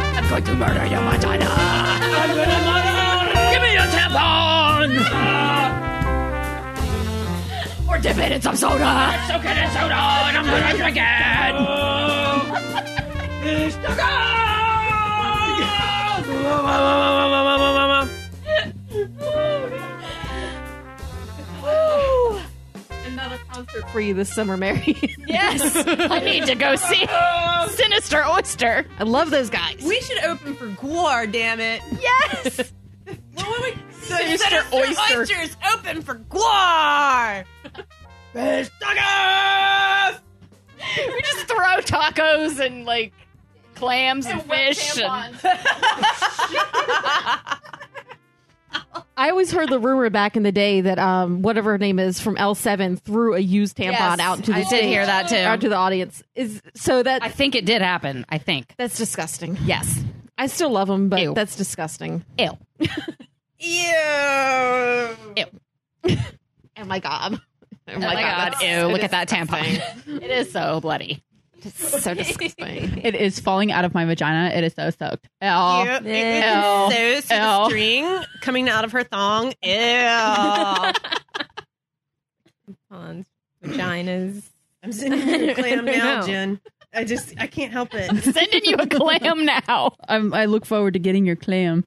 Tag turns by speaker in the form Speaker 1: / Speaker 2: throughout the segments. Speaker 1: murder you, Madonna. I'm gonna murder. Give me your tampon. Or dip it in some soda. Soak it in soda, and I'm gonna drink it.
Speaker 2: Another concert for you this summer, Mary.
Speaker 3: Yes, I need to go see Sinister Oyster.
Speaker 2: I love those guys.
Speaker 4: We should open for Guar, damn it.
Speaker 3: Yes.
Speaker 4: What would we?
Speaker 2: Sinister Oyster.
Speaker 4: Oysters open for Guar.
Speaker 3: we just throw tacos and like clams and, fish and
Speaker 2: I always heard the rumor back in the day that um, whatever her name is from L7 threw a used tampon
Speaker 4: Yes,
Speaker 2: out into the
Speaker 3: I did
Speaker 2: stage,
Speaker 3: hear that, too.
Speaker 2: out to the audience. Is so that
Speaker 3: I think it did happen. I think.
Speaker 2: that's disgusting.
Speaker 3: Yes.
Speaker 2: I still love them, but
Speaker 3: Ew.
Speaker 2: that's disgusting.
Speaker 3: Ew.
Speaker 4: Ew.
Speaker 2: Oh my god. Oh
Speaker 3: Oh my god.
Speaker 2: that's
Speaker 3: Ew.
Speaker 2: so
Speaker 3: Look at that tampon. it is so bloody.
Speaker 2: dis- so disgusting.
Speaker 5: It is falling out of my vagina. It is so soaked. Oh,
Speaker 4: Yep, it was so, so the
Speaker 5: Ew.
Speaker 4: string coming out of her thong. Ew. Tampons, vaginas. I'm sitting in clam now, Jen. I just I can't help it.
Speaker 3: Sending you a clam now.
Speaker 5: I'm, I look forward to getting your clam.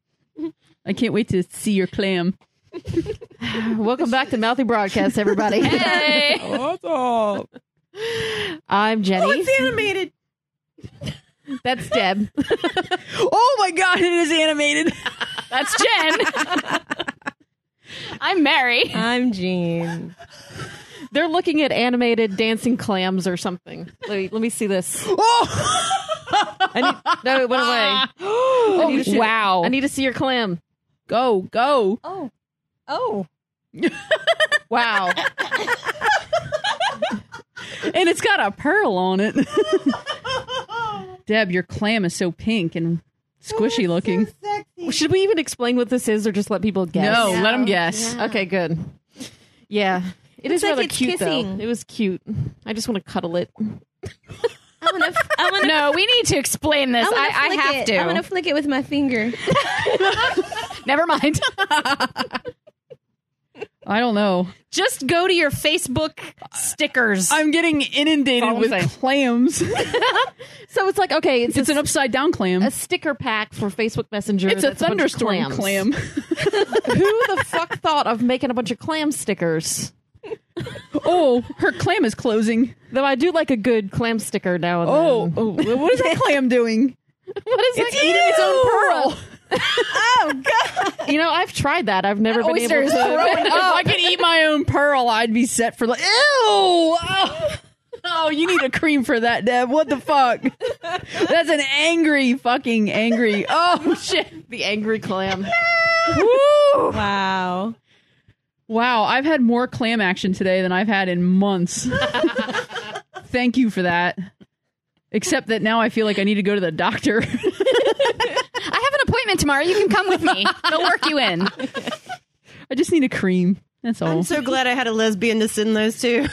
Speaker 5: I can't wait to see your clam.
Speaker 2: Welcome back to Mouthy Broadcast, everybody.
Speaker 3: Hey.
Speaker 2: I'm
Speaker 4: Oh,
Speaker 2: Jenny.
Speaker 4: it's animated.
Speaker 2: That's Deb.
Speaker 5: Oh my god, it is animated.
Speaker 3: That's Jen. I'm Mary.
Speaker 4: I'm Jean.
Speaker 2: They're looking at animated dancing clams or something. Let me, let me see this. I need, no, it went away. I need to see-
Speaker 3: wow.
Speaker 2: I need to see your clam.
Speaker 5: Go, go.
Speaker 4: Oh. Oh.
Speaker 2: Wow.
Speaker 5: And it's got a pearl on it. Deb, your clam is so pink and
Speaker 2: Oh,
Speaker 5: squishy looking.
Speaker 2: Should we even explain what this is or just let people guess?
Speaker 5: No, let him guess.
Speaker 2: Okay, good. Yeah. It is
Speaker 4: like
Speaker 2: rather
Speaker 4: it's
Speaker 2: cute
Speaker 4: kissing.
Speaker 2: though. It was cute. I just want to cuddle it.
Speaker 6: I want to. I want to.
Speaker 3: No, we need to explain this. I,
Speaker 6: I, wanna
Speaker 3: I,
Speaker 6: flick
Speaker 3: have
Speaker 6: it.
Speaker 3: to.
Speaker 6: I want to flick it with my finger.
Speaker 3: Never mind.
Speaker 5: I don't know.
Speaker 3: Just go to your Facebook stickers.
Speaker 5: I'm getting inundated
Speaker 3: That's all I'm
Speaker 5: with
Speaker 3: saying.
Speaker 5: clams.
Speaker 2: So it's like okay, it's,
Speaker 5: it's
Speaker 2: a,
Speaker 5: an upside down clam.
Speaker 2: a sticker pack for Facebook Messenger.
Speaker 5: It's a
Speaker 2: that's bunch of
Speaker 5: thunderstorm
Speaker 2: clams.
Speaker 5: clam.
Speaker 2: Who the fuck thought of making a bunch of clam stickers?
Speaker 5: Oh, her clam is closing.
Speaker 2: Though I do like a good clam sticker now and
Speaker 5: Oh,
Speaker 2: then.
Speaker 5: oh what is that clam doing?
Speaker 2: What is
Speaker 5: It's Oh,
Speaker 2: that?
Speaker 5: eating its own pearl.
Speaker 2: You know, I've tried that. I've never been
Speaker 3: oyster
Speaker 2: able
Speaker 3: is
Speaker 2: to.
Speaker 3: throwing
Speaker 5: if I could eat my own pearl, I'd be set for like, ew. Oh, oh, you need a cream for that, Deb. What the fuck? That's an angry, fucking angry. Oh shit.
Speaker 2: The angry clam.
Speaker 5: Woo.
Speaker 4: Wow.
Speaker 5: Wow, I've had more clam action today than I've had in months. Thank you for that. Except that now I feel like I need to go to the doctor.
Speaker 3: I have an appointment tomorrow. You can come with me. They'll work you in.
Speaker 5: I just need a cream. That's all.
Speaker 4: I'm so glad I had a lesbian to send those to.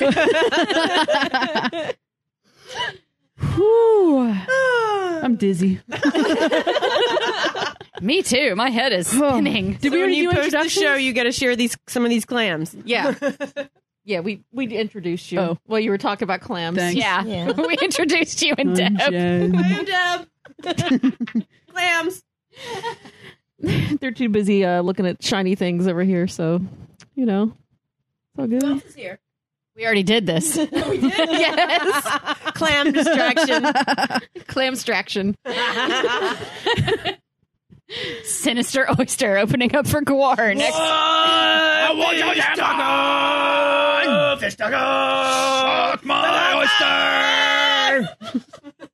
Speaker 5: Whew. I'm dizzy.
Speaker 3: Me too. My head is spinning.
Speaker 5: Did we
Speaker 4: when
Speaker 5: already
Speaker 4: you
Speaker 5: do
Speaker 4: post the
Speaker 5: introductions?
Speaker 4: show, you got to share these some of these clams.
Speaker 2: Yeah. Yeah, we we introduced you.
Speaker 5: Oh.
Speaker 2: Well, you were talking about clams.
Speaker 5: Thanks.
Speaker 3: Yeah. Oh,
Speaker 6: Yeah.
Speaker 3: we introduced you and
Speaker 5: I'm
Speaker 3: Deb.
Speaker 5: Jen.
Speaker 4: Deb. clams.
Speaker 2: They're too busy uh, looking at shiny things over here, so you know. It's all
Speaker 5: Oh.
Speaker 2: good.
Speaker 3: We already did this.
Speaker 2: yes.
Speaker 4: Clam distraction.
Speaker 2: Clamstraction.
Speaker 3: Sinister Oyster opening up for Guar next.
Speaker 1: I want your tampon. Fish taco. Suck my oyster.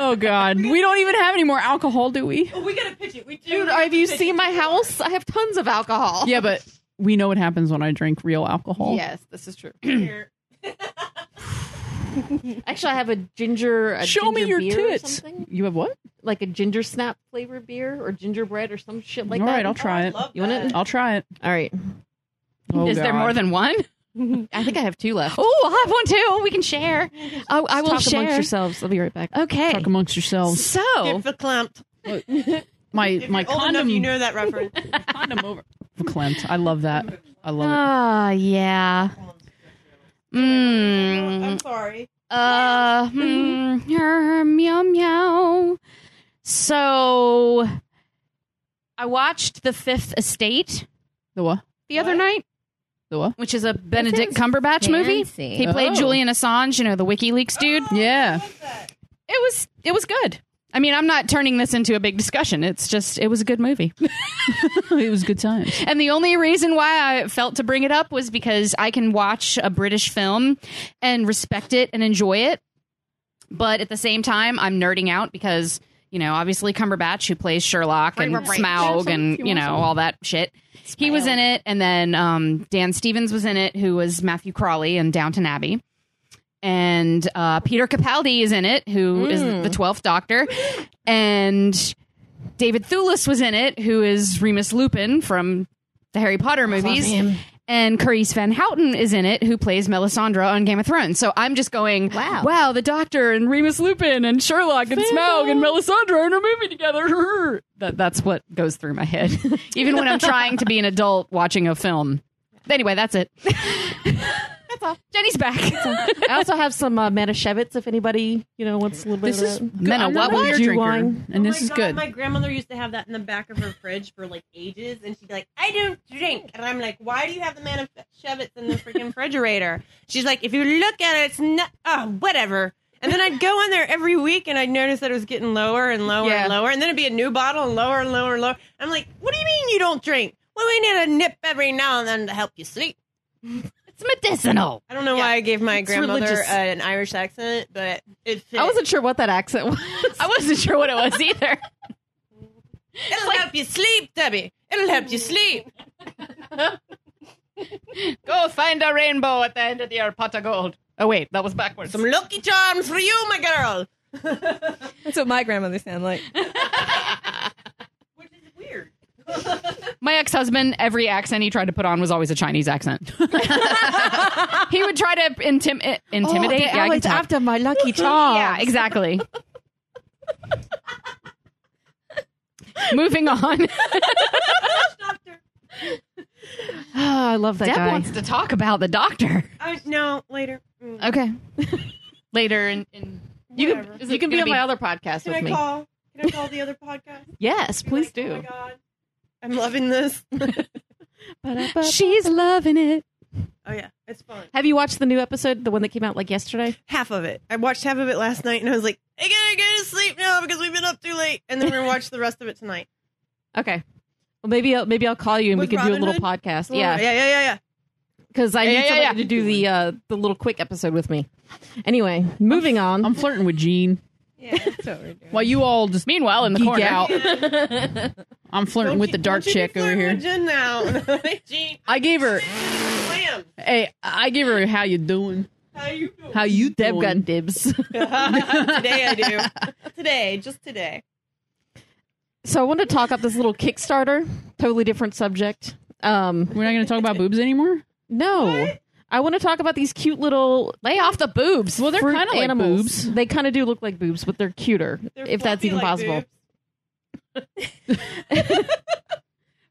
Speaker 5: Oh God, we don't even have any more alcohol, do we?
Speaker 4: we got to pitch it. We do.
Speaker 2: Dude, have you seen my house? I have tons of alcohol.
Speaker 5: Yeah, but we know what happens when I drink real alcohol.
Speaker 2: Yes, this is true. Actually, I have a ginger. A
Speaker 5: Show me
Speaker 2: ginger
Speaker 5: your
Speaker 2: beer or
Speaker 5: tits.
Speaker 2: something.
Speaker 5: You have what?
Speaker 2: like a ginger snap flavored beer or gingerbread or some shit like
Speaker 5: All
Speaker 2: that.
Speaker 5: right, I'll try it.
Speaker 2: You want it?
Speaker 5: I'll try it.
Speaker 2: All right.
Speaker 5: Oh,
Speaker 3: is there
Speaker 5: God.
Speaker 3: more than one?
Speaker 7: I think I have two left.
Speaker 3: Oh, I'll have one too. We can share. Oh, I will
Speaker 2: Talk amongst
Speaker 3: share.
Speaker 2: yourselves. I'll be right back.
Speaker 3: Okay.
Speaker 5: Talk amongst yourselves.
Speaker 3: So,
Speaker 4: for clamped.
Speaker 5: My
Speaker 4: If
Speaker 5: my
Speaker 4: you're old enough,
Speaker 5: condom,
Speaker 4: you know that reference.
Speaker 5: condom over. Clint, I love that. I love it.
Speaker 3: ah, yeah. Mm.
Speaker 4: I'm sorry.
Speaker 3: Uh,
Speaker 6: Mm-hmm.
Speaker 3: hmm, er, meow meow. So, I watched The Fifth Estate
Speaker 5: The what?
Speaker 3: the other night,
Speaker 5: The what?
Speaker 3: which is a Benedict
Speaker 6: sounds
Speaker 3: Cumberbatch movie.
Speaker 6: fancy.
Speaker 3: He played
Speaker 5: Oh.
Speaker 3: Julian Assange, you know, the WikiLeaks dude.
Speaker 5: Yeah.
Speaker 3: It was it was good. I mean, I'm not turning this into a big discussion. It's just it was a good movie.
Speaker 5: it was good times.
Speaker 3: And the only reason why I felt to bring it up was because I can watch a British film and respect it and enjoy it. But at the same time, I'm nerding out because, you know, obviously Cumberbatch, who plays Sherlock and
Speaker 7: Right, right, right.
Speaker 3: Smaug and, you know, all that shit. He was in it. And then um, Dan Stevens was in it, who was Matthew Crawley in Downton Abbey. And uh, Peter Capaldi is in it, who is the 12th Doctor. And David Thewlis was in it, who is Remus Lupin from the Harry Potter movies. And Carice Van Houten is in it, who plays Melisandre on Game of Thrones. So I'm just going,
Speaker 6: Wow.
Speaker 3: wow, the Doctor and Remus Lupin and Sherlock and Smaug and Melisandre in a movie together. That, that's what goes through my head, even when I'm trying to be an adult watching a film. Anyway, that's it. that's all. Jenny's back.
Speaker 2: I also have some uh, Manischewitz if anybody you know wants a little bit.
Speaker 5: This is
Speaker 2: of that.
Speaker 5: good.
Speaker 3: Men
Speaker 5: I'm
Speaker 3: of
Speaker 5: not a
Speaker 3: what
Speaker 5: beer
Speaker 2: would?
Speaker 5: drinker,
Speaker 2: Wine.
Speaker 5: and
Speaker 4: Oh
Speaker 5: this
Speaker 4: my
Speaker 5: is
Speaker 4: God,
Speaker 5: good.
Speaker 4: My grandmother used to have that in the back of her fridge for like ages, and she'd be like, "I don't drink," and I'm like, "Why do you have the Manischewitz in the freaking refrigerator?" She's like, "If you look at it, it's not. Oh, whatever." And then I'd go in there every week, and I'd notice that it was getting lower and lower
Speaker 3: Yeah.
Speaker 4: and lower, and then it'd be a new bottle and lower and lower and lower. I'm like, "What do you mean you don't drink? Well, we need a nip every now and then to help you sleep."
Speaker 3: it's medicinal.
Speaker 4: I don't know why I gave my grandmother
Speaker 3: religious.
Speaker 4: uh, an Irish accent, but it fit.
Speaker 2: I wasn't sure what that accent was.
Speaker 3: I wasn't sure what it was either.
Speaker 4: It'll help you sleep, Debbie. It'll help you sleep.
Speaker 7: Go Oh, find a rainbow at the end of your pot of gold. Oh wait, that was backwards.
Speaker 4: Some lucky charms for you, my girl.
Speaker 6: That's what my grandmother sounded like.
Speaker 4: Which is weird.
Speaker 3: My ex husband, every accent he tried to put on was always a Chinese accent. he would try to intim- i- intimidate. yeah, I can talk.
Speaker 2: Oh, after my lucky charm.
Speaker 3: yeah, exactly. Moving on.
Speaker 2: I love that
Speaker 3: Deb
Speaker 2: guy.
Speaker 3: wants to talk about the doctor.
Speaker 4: Oh no, later. Mm.
Speaker 3: Okay. Later in. in
Speaker 2: you
Speaker 4: Whatever.
Speaker 2: can, you can be on my other podcast
Speaker 4: Can
Speaker 2: with
Speaker 4: I
Speaker 2: me.
Speaker 4: call? Can I call the other podcast? Be
Speaker 2: Yes, please
Speaker 4: like, Oh my
Speaker 2: do.
Speaker 4: God. Oh, I'm loving this.
Speaker 3: She's loving it.
Speaker 4: Oh yeah, it's fun.
Speaker 2: Have you watched the new episode, the one that came out like yesterday?
Speaker 4: Half of it. I watched half of it last night, and I was like, I gotta go to sleep now because we've been up too late. And then we're gonna watch the rest of it tonight.
Speaker 2: Okay. Well, maybe I'll, maybe I'll call you and
Speaker 4: With
Speaker 2: we can do a
Speaker 4: Robin
Speaker 2: little
Speaker 4: Hood?
Speaker 2: podcast.
Speaker 4: Well,
Speaker 2: Yeah,
Speaker 4: yeah, yeah, yeah, yeah.
Speaker 2: because I
Speaker 3: Yeah,
Speaker 2: need
Speaker 3: yeah, yeah,
Speaker 2: somebody
Speaker 3: yeah.
Speaker 2: to do the uh, the little quick episode with me. Anyway, moving on.
Speaker 5: I'm flirting with Gene.
Speaker 6: Yeah, that's what we're doing.
Speaker 3: Oh,
Speaker 5: While you all just
Speaker 3: Meanwhile, in the
Speaker 5: geek
Speaker 3: corner.
Speaker 5: out, I'm flirting
Speaker 4: Don't
Speaker 5: with
Speaker 4: you-
Speaker 5: the dark
Speaker 4: don't you be
Speaker 5: chick over
Speaker 4: flirting
Speaker 5: here.
Speaker 4: with Jen now. Jean,
Speaker 5: I gave her,
Speaker 4: slam.
Speaker 5: hey, I gave her how you doing?
Speaker 4: How you doing?
Speaker 5: How you
Speaker 2: Deb got
Speaker 5: doing?
Speaker 2: dibs.
Speaker 4: today I do. Today, just today.
Speaker 2: so I want to talk up this little Kickstarter. Totally different subject. Um,
Speaker 5: We're not going to talk about boobs anymore.
Speaker 2: no, I want to talk about these cute little
Speaker 3: Lay off the boobs.
Speaker 5: Well, they're
Speaker 2: fruit
Speaker 5: kind of like
Speaker 2: animals.
Speaker 5: boobs.
Speaker 2: They kind of do look like boobs, but they're cuter,
Speaker 4: They're
Speaker 2: if that's
Speaker 4: fluffy
Speaker 2: even
Speaker 4: like
Speaker 2: possible.
Speaker 4: boobs.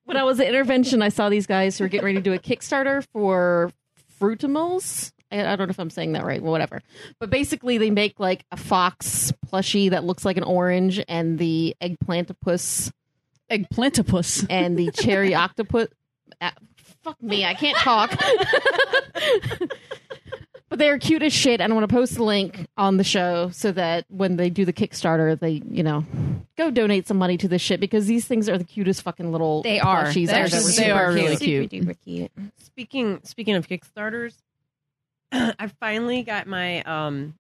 Speaker 2: When I was at intervention, I saw these guys who were getting ready to do a Kickstarter for Fruitimals. I, I don't know if I'm saying that right, well, whatever. But basically, they make like a fox plushie that looks like an orange, and the eggplantopus,
Speaker 5: Eggplantopus.
Speaker 2: and the cherry octopus. Ah, fuck me, I can't talk. but they're cute as shit, and I want to post the link on the show so that when they do the Kickstarter, they you know go donate some money to this shit because these things are the cutest fucking little.
Speaker 3: They are.
Speaker 2: plushies
Speaker 3: They're
Speaker 2: ever.
Speaker 3: just-
Speaker 5: they
Speaker 2: Super
Speaker 5: are really
Speaker 2: cute.
Speaker 5: cute.
Speaker 6: Super duper cute.
Speaker 4: Speaking speaking of Kickstarters, I finally got my um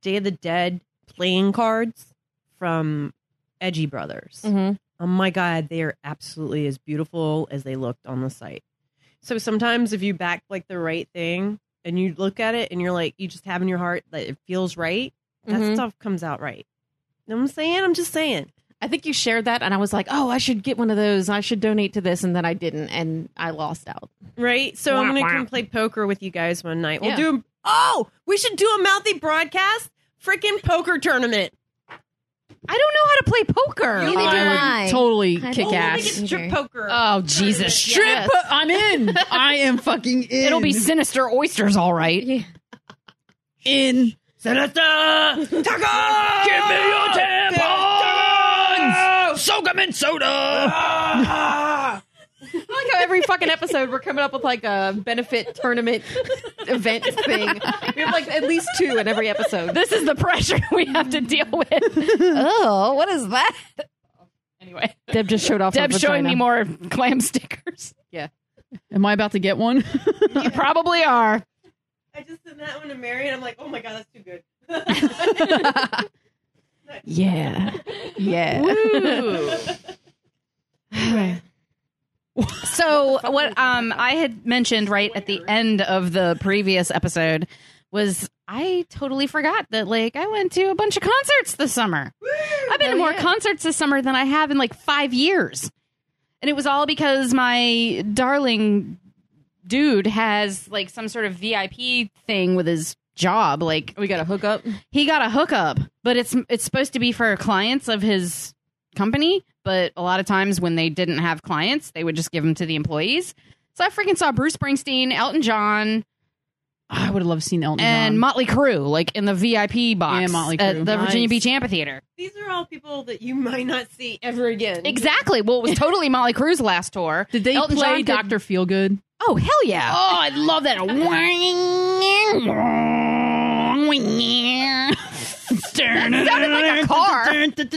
Speaker 4: Day of the Dead playing cards from Edgy Brothers.
Speaker 2: Mhm.
Speaker 4: Oh my god, they are absolutely as beautiful as they looked on the site. So sometimes if you back like the right thing and you look at it and you're like you just have in your heart that it feels right, that
Speaker 2: Mhm.
Speaker 4: stuff comes out right. You know what I'm saying? I'm just saying.
Speaker 2: I think you shared that, and I was like, "Oh, I should get one of those. I should donate to this," and then I didn't, and I lost out.
Speaker 4: Right? So I'm going to come play poker with you guys one night. We'll
Speaker 2: Yeah.
Speaker 4: do Oh, we should do a mouthy broadcast freaking poker tournament.
Speaker 3: I don't know how to play poker.
Speaker 5: I
Speaker 8: do
Speaker 5: would
Speaker 8: I.
Speaker 5: totally
Speaker 8: I
Speaker 5: kick
Speaker 8: don't
Speaker 4: We
Speaker 5: ass.
Speaker 8: think
Speaker 4: could strip
Speaker 8: Either.
Speaker 4: poker.
Speaker 3: Oh Jesus!
Speaker 5: Strip.
Speaker 3: Yes.
Speaker 5: po- I'm in. I am fucking in.
Speaker 3: It'll be sinister oysters, all right.
Speaker 5: in.
Speaker 1: Sinister!
Speaker 4: Taco!
Speaker 1: Give me your tampons! Soak 'em in soda!
Speaker 2: I like how every fucking episode we're coming up with like a benefit tournament event thing. We have like at least two in every episode.
Speaker 3: This is the pressure we have to deal with.
Speaker 8: Oh, what is that?
Speaker 3: Anyway,
Speaker 2: Deb just showed off.
Speaker 3: Deb's showing me more clam stickers.
Speaker 5: Am I about to get one?
Speaker 3: You probably are.
Speaker 4: I just sent that one to Mary and I'm like, oh my God, that's too good.
Speaker 2: Yeah, yeah.
Speaker 3: So what um I had mentioned right at the end of the previous episode was I totally forgot that like I went to a bunch of concerts this summer. I've been to more concerts this summer than I have in like 5 years. And it was all because my darling dude has like some sort of VIP thing with his job like
Speaker 2: We got a hookup.
Speaker 3: he got a hookup, but it's it's supposed to be for clients of his company. But a lot of times when they didn't have clients, they would just give them to the employees. So I freaking saw Bruce Springsteen, Elton John,
Speaker 5: I would have loved to seen Elton
Speaker 3: and
Speaker 5: John.
Speaker 3: Motley Crue, like in the VIP box
Speaker 5: Yeah, Motley
Speaker 3: at
Speaker 5: Crue.
Speaker 3: the Virginia
Speaker 5: Nice.
Speaker 3: Beach Amphitheater.
Speaker 4: These are all people that you might not see ever again.
Speaker 3: Exactly. Well, it was totally Motley Crue's last tour.
Speaker 5: Did they
Speaker 3: Elton
Speaker 5: play
Speaker 3: John could-
Speaker 5: Doctor Feelgood?
Speaker 3: Oh hell yeah!
Speaker 5: Oh, I love that.
Speaker 3: sounded like a car.
Speaker 4: Sounds like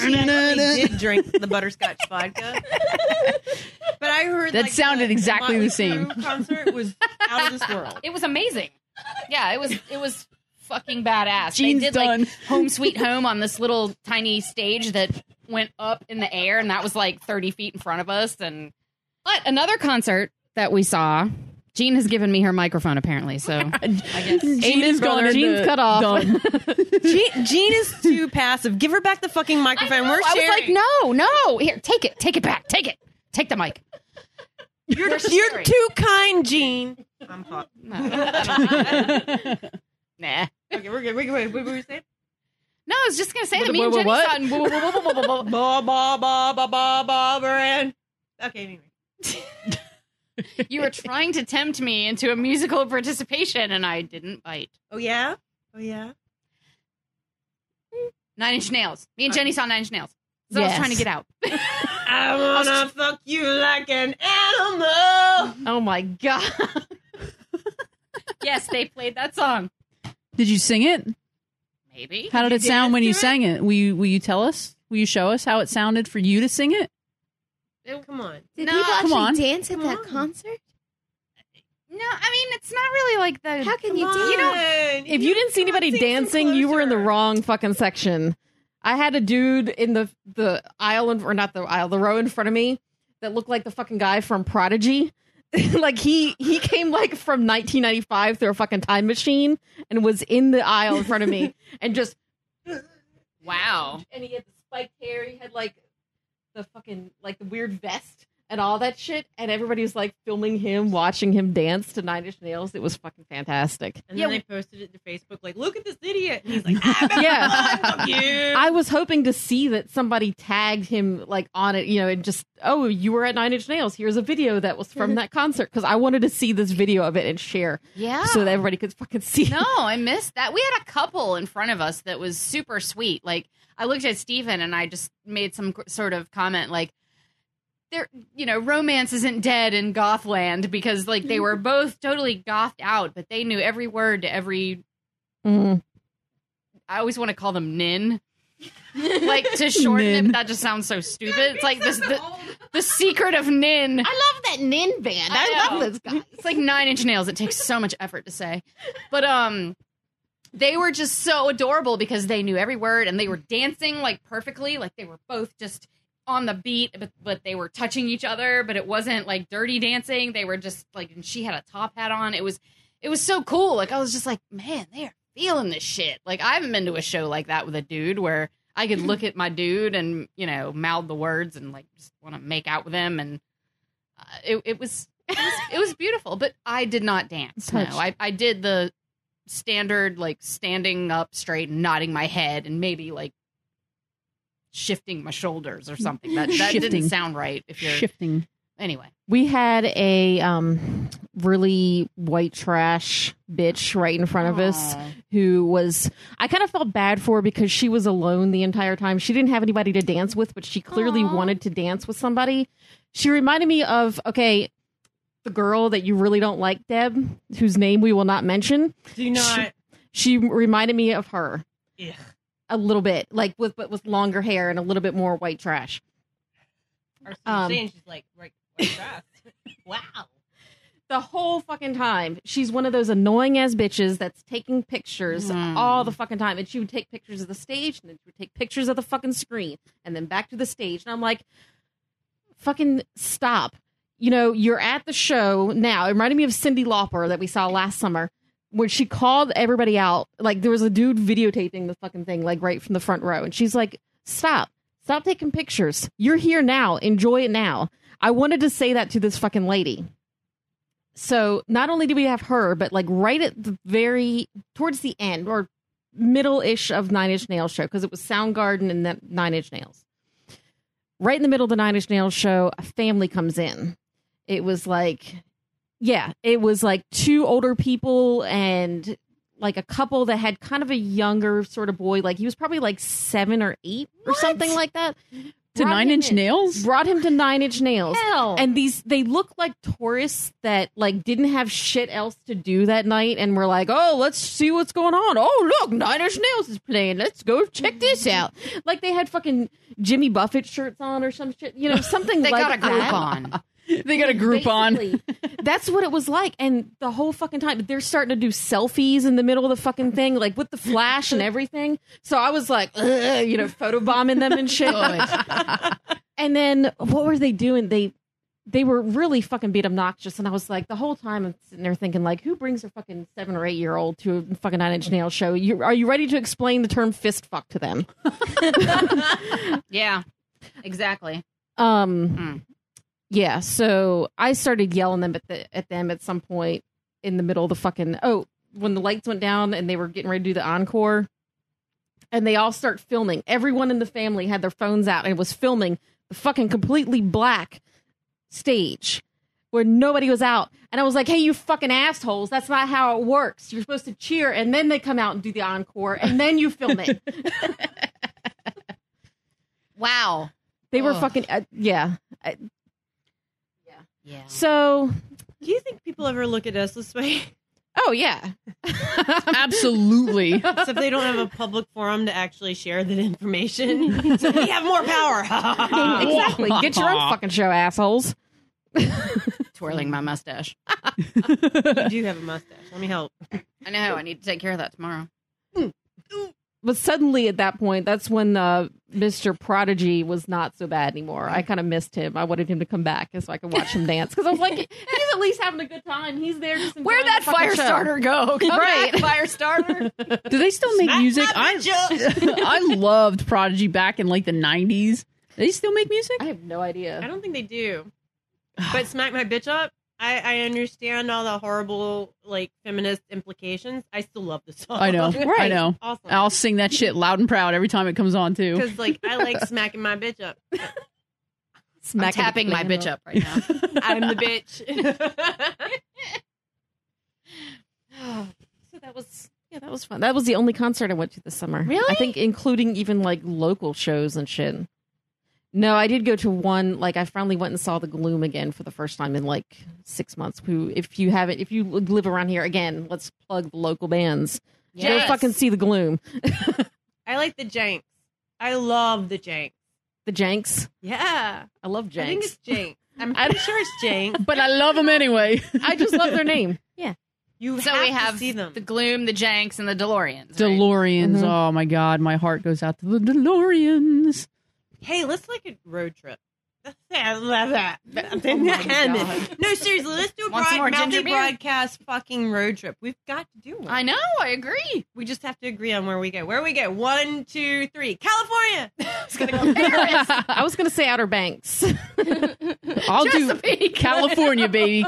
Speaker 4: she actually did drink the butterscotch vodka. But I heard
Speaker 5: That
Speaker 4: like,
Speaker 5: sounded exactly
Speaker 4: Motley
Speaker 5: the same.
Speaker 4: Crue concert was out of this world.
Speaker 3: It was amazing. Yeah, it was it was fucking badass.
Speaker 5: Gene's
Speaker 3: they did
Speaker 5: done.
Speaker 3: like home sweet home on this little tiny stage that went up in the air and that was like 30 feet in front of us and but another concert that we saw Gene has given me her microphone apparently, so
Speaker 5: Gene is gone.
Speaker 3: Gene's cut off.
Speaker 5: Done.
Speaker 4: Jean, Jean is too passive. Give her back the fucking microphone. We're
Speaker 3: I was
Speaker 4: sharing.
Speaker 3: like, no, no, here, take it, take it back, take it, take the mic.
Speaker 4: You're, you're too kind, Jean. I'm hot.
Speaker 3: Nah.
Speaker 4: Okay, we're good. Wait, wait, wait, what were you saying?
Speaker 3: No, I was just gonna say that me and
Speaker 5: What-
Speaker 3: Jenny
Speaker 5: what-
Speaker 3: saw it and-
Speaker 4: Ba ba ba ba ba ba brand. Okay, anyway.
Speaker 3: you were trying to tempt me into a musical participation and I didn't bite.
Speaker 4: Oh yeah, oh yeah.
Speaker 3: Nine Inch Nails. Me and Jenny saw Nine Inch Nails. So I was trying to get out.
Speaker 4: I wanna fuck you like an animal.
Speaker 2: Oh my god!
Speaker 3: yes, they played that song.
Speaker 5: Did you sing it?
Speaker 3: Maybe.
Speaker 5: How did it sound when you sang it? Will you will you tell us? Will you show us how it sounded for you to sing it?
Speaker 4: Come on.
Speaker 8: Did
Speaker 3: No,
Speaker 8: people
Speaker 3: come
Speaker 8: actually
Speaker 5: on.
Speaker 8: dance at
Speaker 4: Come
Speaker 8: that
Speaker 4: on.
Speaker 8: concert?
Speaker 3: No, I mean it's not really like the.
Speaker 8: How can you
Speaker 4: Come
Speaker 8: dance?
Speaker 4: on.
Speaker 8: You know,
Speaker 2: If you didn't see anybody
Speaker 4: Come on,
Speaker 2: dancing, you were in the
Speaker 4: closer.
Speaker 2: wrong fucking section. I had a dude in the the aisle in, or not the aisle, the row in front of me that looked like the fucking guy from Prodigy. like he he came like from 1995 through a fucking time machine and was in the aisle in front of me and just
Speaker 3: wow.
Speaker 2: and he had the spiked hair. He had like the fucking like the weird vest and all that shit. And everybody was like filming him, watching him dance to Nine Inch Nails. It was fucking fantastic.
Speaker 4: And then
Speaker 3: Yeah.
Speaker 4: they posted it to Facebook, like, look at this idiot. And he's like, ah,
Speaker 2: Yeah.
Speaker 4: fuck you.
Speaker 2: I was hoping to see that somebody tagged him like on it, you know, and just oh, you were at Nine Inch Nails. Here's a video that was from that concert because I wanted to see this video of it and share
Speaker 3: Yeah.
Speaker 2: so that everybody could fucking see.
Speaker 3: Ah. no, I missed that. We had a couple in front of us that was super sweet. Like I looked at Steven and I just made some gr- sort of comment like there you know, romance isn't dead in Gothland because like they were both totally gothed out, but they knew every word to every
Speaker 2: Mm.
Speaker 3: I always want to call them nin. like to shorten it,
Speaker 5: Nin.
Speaker 3: but that just sounds so stupid. It's like this the, the secret of nin.
Speaker 8: I love that Nin band.
Speaker 3: I
Speaker 8: I,
Speaker 3: know.
Speaker 8: love those guys.
Speaker 3: It's like nine inch nails. It takes so much effort to say. But um they were just so adorable because they knew every word and they were dancing like perfectly. Like they were both just on the beat, but but they were touching each other, but it wasn't like dirty dancing. They were just like and she had a top hat on. It was it was so cool. Like I was just like, man, they are feeling this shit. Like I haven't been to a show like that with a dude where I could look at my dude and you know mouth the words and like just want to make out with him, and uh, it it was it was, it was beautiful. But I did not dance. No,
Speaker 2: Touched.
Speaker 3: I I did the standard like standing up straight and nodding my head and maybe like shifting my shoulders or something. That that
Speaker 2: Shifting.
Speaker 3: didn't sound right. If you're
Speaker 5: Shifting.
Speaker 3: anyway,
Speaker 2: We had a um, really white trash bitch right in front of us
Speaker 3: Aw.
Speaker 2: who was I kind of felt bad for her because she was alone the entire time. She didn't have anybody to dance with, but she clearly wanted to dance with somebody. She reminded me of okay, the girl that you really don't like, Deb, whose name we will not mention.
Speaker 4: Do not.
Speaker 2: She reminded me of her
Speaker 4: Ugh.
Speaker 2: a little bit, like with but with longer hair and a little bit more white trash.
Speaker 4: Or she's
Speaker 2: Um,
Speaker 4: saying she's like, right, right fast. wow.
Speaker 2: the whole fucking time. She's one of those annoying ass bitches that's taking pictures
Speaker 4: Mm.
Speaker 3: Hmm.
Speaker 2: all the fucking time. And she would take pictures of the stage, and then she would take pictures of the fucking screen, and then back to the stage. And I'm like, fucking stop. You know, you're at the show now. It reminded me of Cindy Lauper that we saw last summer. When she called everybody out, like there was a dude videotaping the fucking thing, like right from the front row. And she's like, Stop, stop taking pictures. You're here now. Enjoy it now. I wanted to say that to this fucking lady so not only do we have her, but like right at the very towards the end or middle ish of Nine Inch Nails show because it was Soundgarden and then Nine Inch Nails. Right in the middle of the Nine Inch Nails show, a family comes in. It was like, yeah, it was like two older people and like a couple that had kind of a younger sort of boy. Like he was probably like seven or eight or something like that.
Speaker 5: To
Speaker 2: Brought
Speaker 5: nine
Speaker 2: him
Speaker 5: inch
Speaker 2: in.
Speaker 5: nails?
Speaker 2: Brought him to Nine Inch Nails
Speaker 3: hell
Speaker 2: and these they look like tourists that like didn't have shit else to do that night and were like oh let's see what's going on oh look nine inch nails is playing let's go check this
Speaker 3: Mm-hmm.
Speaker 2: out like they had fucking jimmy buffett shirts on or some shit you know something
Speaker 3: they
Speaker 2: like
Speaker 3: got a
Speaker 2: that.
Speaker 3: group on.
Speaker 5: They got a group on.
Speaker 2: Basically, that's what it was like. And the whole fucking time, they're starting to do selfies in the middle of the fucking thing, like with the flash and everything. So I was like, Ugh, you know, photobombing them and shit. and then what were they doing? They they were really fucking beat obnoxious. And I was like, the whole time I'm sitting there thinking, like, who brings a fucking seven or eight year old to a fucking Nine Inch Nail show? You, are you ready to explain the term fist fuck to them?
Speaker 3: Yeah, exactly.
Speaker 2: Um,
Speaker 3: Mm.
Speaker 2: yeah. So I started yelling them at the, at them at some point in the middle of the fucking oh when the lights went down and they were getting ready to do the encore, and they all start filming. Everyone in the family had their phones out and was filming the fucking completely black stage where nobody was out. And I was like, hey, you fucking assholes, that's not how it works. You're supposed to cheer and then they come out and do the encore and then you film it.
Speaker 3: Wow.
Speaker 2: They were
Speaker 3: Ugh.
Speaker 2: fucking, uh, yeah.
Speaker 3: Yeah.
Speaker 2: So,
Speaker 4: Do you think people ever look at us this way?
Speaker 2: oh, yeah.
Speaker 5: Absolutely.
Speaker 4: so if they don't have a public forum to actually share that information, so we have more power.
Speaker 2: exactly. Get your own fucking show, assholes.
Speaker 3: Twirling my mustache.
Speaker 4: you do have a mustache. Let me help.
Speaker 3: I know. I need to take care of that tomorrow.
Speaker 2: But suddenly, at that point, that's when uh, Mr. Prodigy was not so bad anymore. I kind of missed him. I wanted him to come back so I could watch him dance because I was like, he's at least having a good time. He's there. Just enjoying
Speaker 3: Where'd that
Speaker 2: the fucking
Speaker 3: fire
Speaker 2: show.
Speaker 3: starter go? Come
Speaker 2: Right.
Speaker 3: back, fire starter.
Speaker 5: Do they still make music? I I loved Prodigy back in like the nineties. They still make music?
Speaker 2: I have no
Speaker 4: I
Speaker 2: idea.
Speaker 4: don't think they do. But smack my bitch up. I, I understand all the horrible like feminist implications. I still love this song.
Speaker 5: I know. I
Speaker 2: Right.
Speaker 5: know.
Speaker 4: Awesome.
Speaker 5: I'll sing that shit loud and proud every time it comes on too.
Speaker 4: Because like I like smacking my bitch up.
Speaker 3: I'm
Speaker 2: Smacking
Speaker 3: tapping my bitch up right now.
Speaker 4: I'm the bitch.
Speaker 2: So that was yeah, that was fun. That was the only concert I went to this summer. Really? I think including even like local shows and shit. No, I did go to one. Like I finally went and saw the Gloom again for the first time in like six months. Who, if you haven't, if you live around here, again, let's plug the local bands. Go
Speaker 3: Yes.
Speaker 2: fucking see the Gloom,
Speaker 4: I like the janks. I love the janks.
Speaker 2: the Janks.
Speaker 4: Yeah.
Speaker 2: I love
Speaker 4: I think
Speaker 2: Janks.
Speaker 4: it's janks. I'm pretty sure it's janks.
Speaker 5: But I love them anyway.
Speaker 2: I, just love their name.
Speaker 4: You
Speaker 3: So
Speaker 4: have
Speaker 3: we
Speaker 4: to
Speaker 3: have
Speaker 4: see them.
Speaker 3: the gloom, the janks, and the DeLoreans. right?
Speaker 5: DeLoreans.
Speaker 2: Mhm.
Speaker 5: Oh my god, my heart goes out to the DeLoreans.
Speaker 4: hey, let's like a road trip. I love that. no, seriously, let's do a
Speaker 7: Oh Want some more
Speaker 4: broad,
Speaker 7: ginger
Speaker 4: mouthy
Speaker 7: beer?
Speaker 4: broadcast fucking road trip. We've got to do one.
Speaker 7: I know. I agree.
Speaker 4: We just have to agree on where we go. Where we go? One, two, three. California.
Speaker 2: I was going to say Outer Banks.
Speaker 5: I'll do
Speaker 7: Chesapeake.
Speaker 5: California, baby.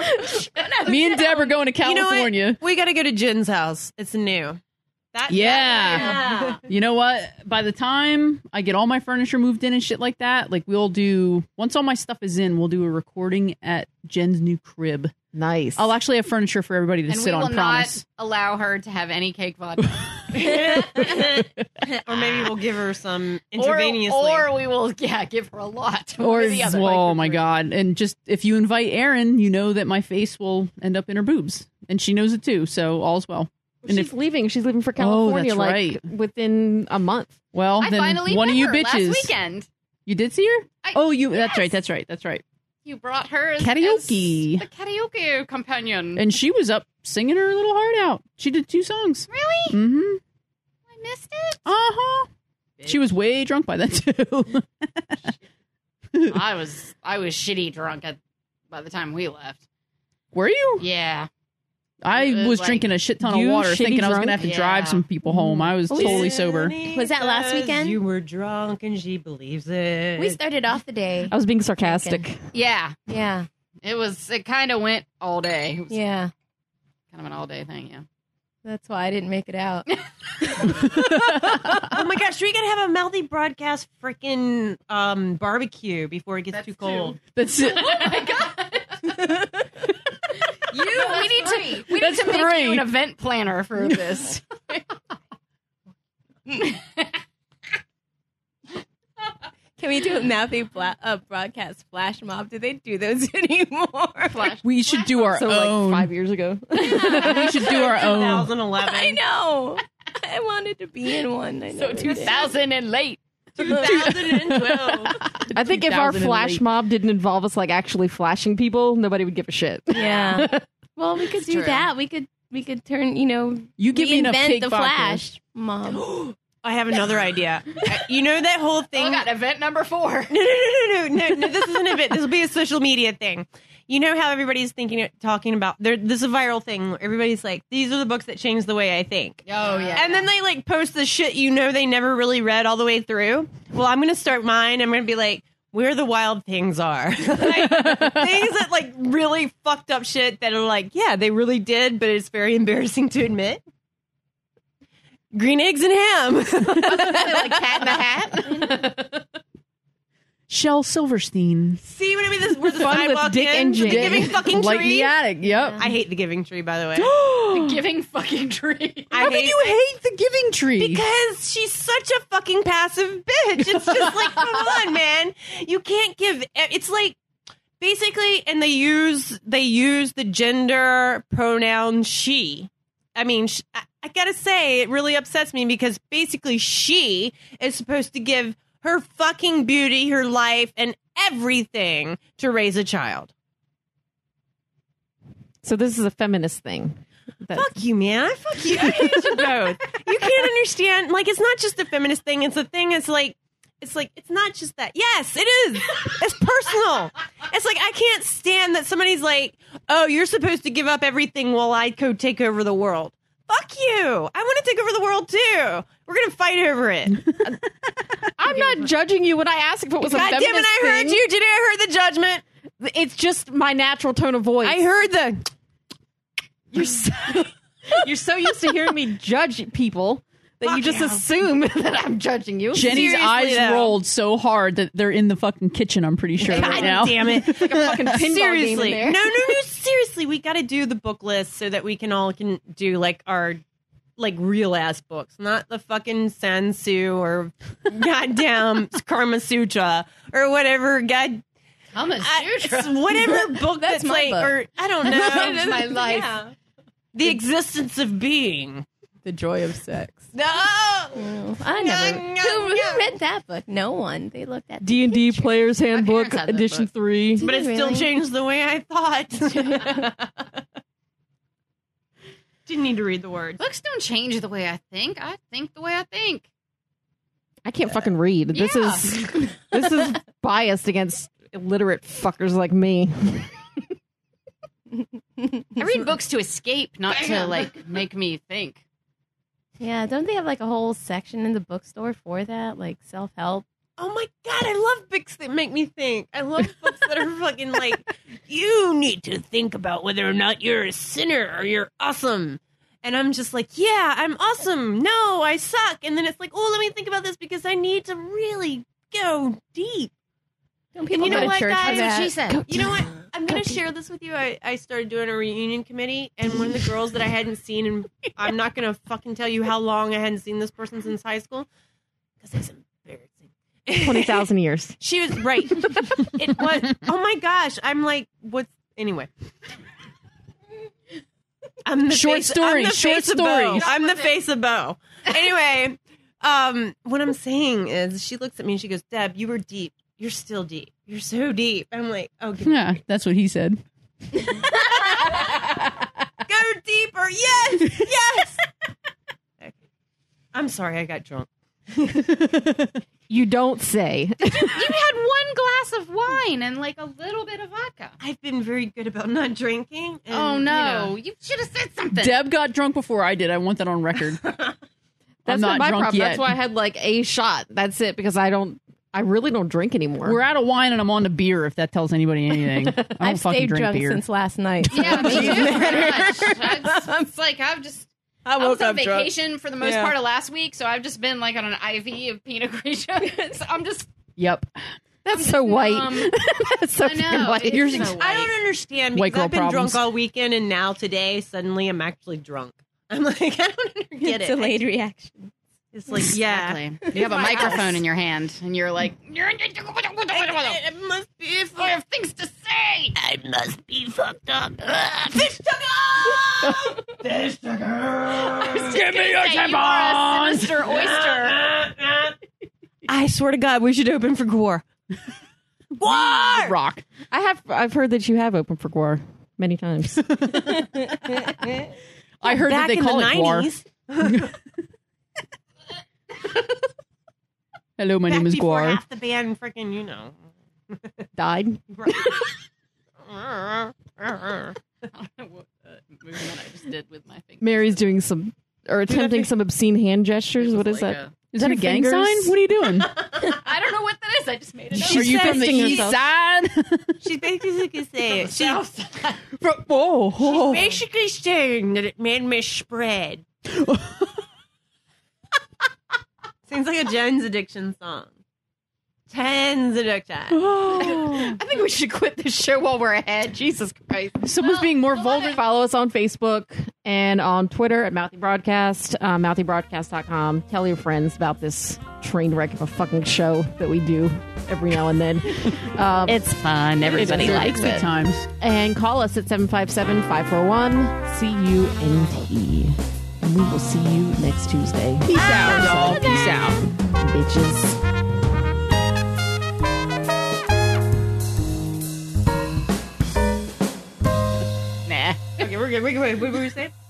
Speaker 5: Me and Deb are going to
Speaker 4: You know what?
Speaker 5: California.
Speaker 4: we got to go to Jen's house. It's new. That
Speaker 5: Yeah. You know what? By the time I get all my furniture moved in and shit like that, like we'll do once all my stuff is in, we'll do a recording at Jen's new crib.
Speaker 2: nice.
Speaker 5: I'll actually have furniture for everybody to
Speaker 3: and we
Speaker 5: sit
Speaker 3: will
Speaker 5: on. Promise.
Speaker 3: not allow her to have any cake vodka.
Speaker 4: or maybe we'll give her some
Speaker 7: Or,
Speaker 4: intravenously.
Speaker 7: or we will, yeah, give her a lot.
Speaker 5: Or
Speaker 7: One the other.
Speaker 5: oh my god! And just if you invite Erin, you know that my face will end up in her boobs, and she knows it too. So all's well.
Speaker 2: she's
Speaker 5: And if
Speaker 2: leaving. She's leaving for California
Speaker 5: that's
Speaker 2: like
Speaker 5: right.
Speaker 2: within a month.
Speaker 5: well,
Speaker 3: I
Speaker 5: then
Speaker 3: finally
Speaker 5: one
Speaker 3: met
Speaker 5: of you
Speaker 3: her
Speaker 5: bitches.
Speaker 3: last weekend.
Speaker 5: You did see her?
Speaker 3: I-
Speaker 5: oh, you. That's
Speaker 3: yes.
Speaker 5: right. That's right. That's right.
Speaker 3: You brought her as,
Speaker 5: Karaoke.
Speaker 3: as the karaoke companion.
Speaker 5: And she was up singing her little heart out. She did two songs.
Speaker 3: really,
Speaker 5: Mm-hmm.
Speaker 3: I missed it.
Speaker 5: Uh huh. She was way drunk by then too.
Speaker 3: I was I was shitty drunk at by the time we left.
Speaker 5: Were you?
Speaker 3: Yeah,
Speaker 5: I
Speaker 3: Uh,
Speaker 5: was
Speaker 3: like,
Speaker 5: drinking a shit ton of
Speaker 2: you
Speaker 5: water,
Speaker 2: shitty
Speaker 5: thinking I was gonna
Speaker 2: drunk?
Speaker 5: have to
Speaker 3: Yeah.
Speaker 5: drive some people home. I was totally sober.
Speaker 8: Was that last weekend?
Speaker 4: You were drunk and she believes it.
Speaker 8: We started off the day.
Speaker 2: I
Speaker 6: Oh.
Speaker 2: was being sarcastic.
Speaker 3: yeah.
Speaker 8: Yeah.
Speaker 3: It was. It kind of went all day. It was
Speaker 8: Yeah.
Speaker 3: kind of an all day thing. Yeah.
Speaker 8: That's why I didn't make it out.
Speaker 4: oh my gosh, we gotta have a melty broadcast freaking um, barbecue before it gets too cold.
Speaker 5: That's it.
Speaker 3: You. we need to. We need
Speaker 5: That's
Speaker 3: to make you
Speaker 5: three.
Speaker 3: an event planner for this.
Speaker 6: Can we do a mouthy bla- uh, broadcast flash mob? Do they do those anymore?
Speaker 3: Flash.
Speaker 5: We should do our
Speaker 2: So
Speaker 5: own.
Speaker 2: like five years ago.
Speaker 5: we should do our own.
Speaker 4: 2011.
Speaker 6: I know. I wanted to be in one. I
Speaker 7: So
Speaker 6: never did.
Speaker 7: 2000 and late.
Speaker 4: 2012.
Speaker 2: I think if our
Speaker 5: 2008.
Speaker 2: flash mob didn't involve us like actually flashing people, nobody would give a shit.
Speaker 6: Yeah. Well, we could do that. We could we could turn. You know,
Speaker 5: You give me enough
Speaker 6: reinvent
Speaker 5: cake
Speaker 6: the
Speaker 5: vodka.
Speaker 6: flash mob.
Speaker 4: I have another idea. Uh, You know that whole thing.
Speaker 7: Oh god, event number four.
Speaker 4: no, no, no, no, no, no, no. This isn't a bit. This will be a social media thing. You know how everybody's thinking, talking about. There, this is a viral thing. Where everybody's like, "These are the books that changed the way I think."
Speaker 3: Oh yeah.
Speaker 4: And then they like post the shit you know they never really read all the way through. Well, I'm gonna start mine. I'm gonna be like, where the wild things are, like, things that like really fucked up shit that are like, yeah, they really did, but it's very embarrassing to admit. Green eggs and ham.
Speaker 7: like cat in the hat.
Speaker 5: Shel Silverstein.
Speaker 4: See what I mean? This where the
Speaker 2: Fun with
Speaker 4: sidewalk
Speaker 2: Dick
Speaker 4: ends,
Speaker 2: and
Speaker 4: the
Speaker 2: Jane.
Speaker 4: giving fucking
Speaker 5: like
Speaker 4: tree.
Speaker 5: the attic. Yep.
Speaker 4: I hate the giving tree, by the way.
Speaker 7: Giving fucking tree.
Speaker 4: I
Speaker 5: But
Speaker 4: hate
Speaker 5: you hate the giving tree.
Speaker 4: Because she's such a fucking passive bitch. It's just like, come on, man. You can't give. e, It's like basically, and they use they use the gender pronoun she. I mean, sh- I, I gotta say, it really upsets me because basically, she is supposed to give her fucking beauty, her life, and everything to raise a child.
Speaker 2: So this is a feminist thing. That-
Speaker 4: Fuck you, man. Fuck you. I hate you both. You can't understand. Like, it's not just a feminist thing. It's a thing. It's like, it's like, it's not just that. Yes, it is. It's personal. It's like, I can't stand that somebody's like, oh, you're supposed to give up everything while I go take over the world. Fuck you. I want to take over the world too. We're going to fight over it.
Speaker 2: I'm not judging you when I ask if it was a
Speaker 4: God damn
Speaker 2: feminist
Speaker 4: it. I heard
Speaker 2: thing.
Speaker 4: you. Did I heard the judgment?
Speaker 2: It's just my natural tone of voice.
Speaker 4: I heard the.
Speaker 2: you're so, you're so used to hearing me judge people that you just assume that I'm judging you.
Speaker 5: Jenny's
Speaker 4: Seriously,
Speaker 5: eyes
Speaker 4: though.
Speaker 5: rolled so hard that they're in the fucking kitchen. I'm pretty sure right now.
Speaker 4: Damn it.
Speaker 2: like a fucking pinball
Speaker 4: seriously.
Speaker 2: game in there.
Speaker 4: No, no, no. Seriously, we got to do the book list so that we can all can do like our like real ass books, not the fucking Sansu or goddamn Karma Sutra or whatever. God,
Speaker 3: I'm a
Speaker 4: I-
Speaker 3: shooter.
Speaker 4: whatever book that's,
Speaker 6: my
Speaker 4: like,
Speaker 6: book.
Speaker 4: or I don't know,
Speaker 3: Saved my life.
Speaker 4: Yeah. The existence of being.
Speaker 6: The joy of sex.
Speaker 4: No,
Speaker 6: I never.
Speaker 4: Yeah, yeah,
Speaker 6: Who,
Speaker 4: yeah.
Speaker 6: who read that book? No one. They looked at.
Speaker 2: D and D Player's Handbook
Speaker 3: had that
Speaker 2: Edition
Speaker 3: book.
Speaker 2: Three.
Speaker 4: but it still changed the way I thought. Didn't need to read the words.
Speaker 3: Books don't change the way I think. I think the way I think.
Speaker 2: I can't fucking read. This
Speaker 3: Yeah.
Speaker 2: is this is biased against illiterate fuckers like me.
Speaker 3: I read books to escape, not to like make me think.
Speaker 8: Yeah, don't they have like a whole section in the bookstore for that, like self help?
Speaker 4: Oh my god, I love books that make me think. I love books that are fucking like, you need to think about whether or not you're a sinner or you're awesome. And I'm just like, yeah, I'm awesome. No, I suck. And then it's like, oh, let me think about this because I need to really go deep.
Speaker 8: Don't
Speaker 4: people go to church for
Speaker 8: for
Speaker 4: that?
Speaker 8: that?
Speaker 3: said.
Speaker 4: You know what? I'm going to share this with you. I, I started doing a reunion committee, and one of the girls that I hadn't seen, and I'm not going to fucking tell you how long I hadn't seen this person since high school because it's embarrassing.
Speaker 2: Twenty thousand years.
Speaker 4: She was right. it was. Oh my gosh! I'm like, what's anyway? I'm the
Speaker 5: Short
Speaker 4: face,
Speaker 5: story,
Speaker 4: I'm the
Speaker 5: short
Speaker 4: face of
Speaker 5: story.
Speaker 4: Bo. I'm the face of Bo. Anyway, um, what I'm saying is, she looks at me and she goes, "Deb, you were deep. You're still deep. You're so deep." I'm like, "Oh, give me-
Speaker 5: Yeah, that's what he said.
Speaker 4: go deeper. Yes, yes." Okay. I'm sorry, I got drunk.
Speaker 2: You don't say.
Speaker 3: You had one glass of wine and like a little bit of vodka.
Speaker 4: I've been very good about not drinking. and,
Speaker 3: Oh
Speaker 4: you
Speaker 3: no!
Speaker 4: know.
Speaker 3: You, should have said something.
Speaker 5: Deb got drunk before I did. I want that on record.
Speaker 2: That's been
Speaker 5: not
Speaker 2: my
Speaker 5: drunk
Speaker 2: problem.
Speaker 5: yet.
Speaker 2: That's why I had like a shot. That's it because I don't. I really don't drink anymore.
Speaker 5: We're out of wine and I'm on to beer. If that tells anybody anything, I don't
Speaker 8: I've
Speaker 5: fucking
Speaker 8: stayed
Speaker 5: drink
Speaker 8: drunk
Speaker 5: beer.
Speaker 8: since last night.
Speaker 3: yeah, me too. pretty much. It's, it's like I've just. I, was on vacation for the most
Speaker 4: Yeah.
Speaker 3: part of last week, so I've just been like on an IV of Pinot Grigio. so I'm just
Speaker 5: yep.
Speaker 2: That's so white.
Speaker 3: um,
Speaker 2: That's so
Speaker 3: I know,
Speaker 2: fucking white.
Speaker 3: it's
Speaker 2: You're-
Speaker 3: so white.
Speaker 4: I don't understand
Speaker 5: White
Speaker 4: because
Speaker 5: girl
Speaker 4: I've been
Speaker 5: problems.
Speaker 4: drunk all weekend and now today suddenly I'm actually drunk. I'm like, I don't get
Speaker 8: It's
Speaker 4: it.
Speaker 8: Delayed reaction.
Speaker 4: It's like, yeah. oh,
Speaker 3: Exactly. You have a
Speaker 4: my
Speaker 3: microphone
Speaker 4: house.
Speaker 3: in your hand, and you're like,
Speaker 4: I,
Speaker 3: I
Speaker 4: it must be if
Speaker 3: have things to say.
Speaker 4: I must be fucked up. Fish took off! Fish took off!
Speaker 1: Give me your tampon!
Speaker 3: Oyster, oyster.
Speaker 4: I swear to God, we should open for Gore. Gore!
Speaker 5: Rock.
Speaker 2: I have. I've heard that you have opened for Guar many times.
Speaker 5: I heard
Speaker 4: Back
Speaker 5: that they
Speaker 4: in
Speaker 5: call
Speaker 4: the
Speaker 5: it guar.
Speaker 4: 90s,
Speaker 5: Hello, my
Speaker 4: back
Speaker 5: name is
Speaker 4: before
Speaker 5: Guar.
Speaker 4: half the band freaking, you know.
Speaker 2: Died.
Speaker 3: movement I just did with my fingers.
Speaker 2: Mary's doing some or attempting some obscene hand gestures. What is that?
Speaker 5: Is that a
Speaker 2: Two
Speaker 5: gang
Speaker 2: fingers?
Speaker 5: sign? What are you doing?
Speaker 3: I don't know what that is. I just made it up.
Speaker 5: are you from the
Speaker 2: fisting
Speaker 5: east
Speaker 2: herself.
Speaker 5: side?
Speaker 4: She's basically saying, she's
Speaker 5: From- whoa, whoa.
Speaker 4: basically saying that it made me spread. Sounds like a Jones Addiction song. Jones Addiction.
Speaker 3: I think we should quit this show while we're ahead. Jesus Christ.
Speaker 2: Someone's being more vulgar. Follow us on Facebook and on Twitter at Mouthy Broadcast, uh, mouthiebroadcast.com. Tell your friends about this train wreck of a fucking show that we do every now and then. um,
Speaker 3: It's fun. Everybody likes
Speaker 5: Good
Speaker 3: it.
Speaker 5: times.
Speaker 2: and call us at 757 541 CUNT. And we will see you next Tuesday.
Speaker 5: Peace out, y'all. Peace out.
Speaker 2: Bitches.
Speaker 3: Nah.
Speaker 4: Okay, we're good. We're good. What were we saying?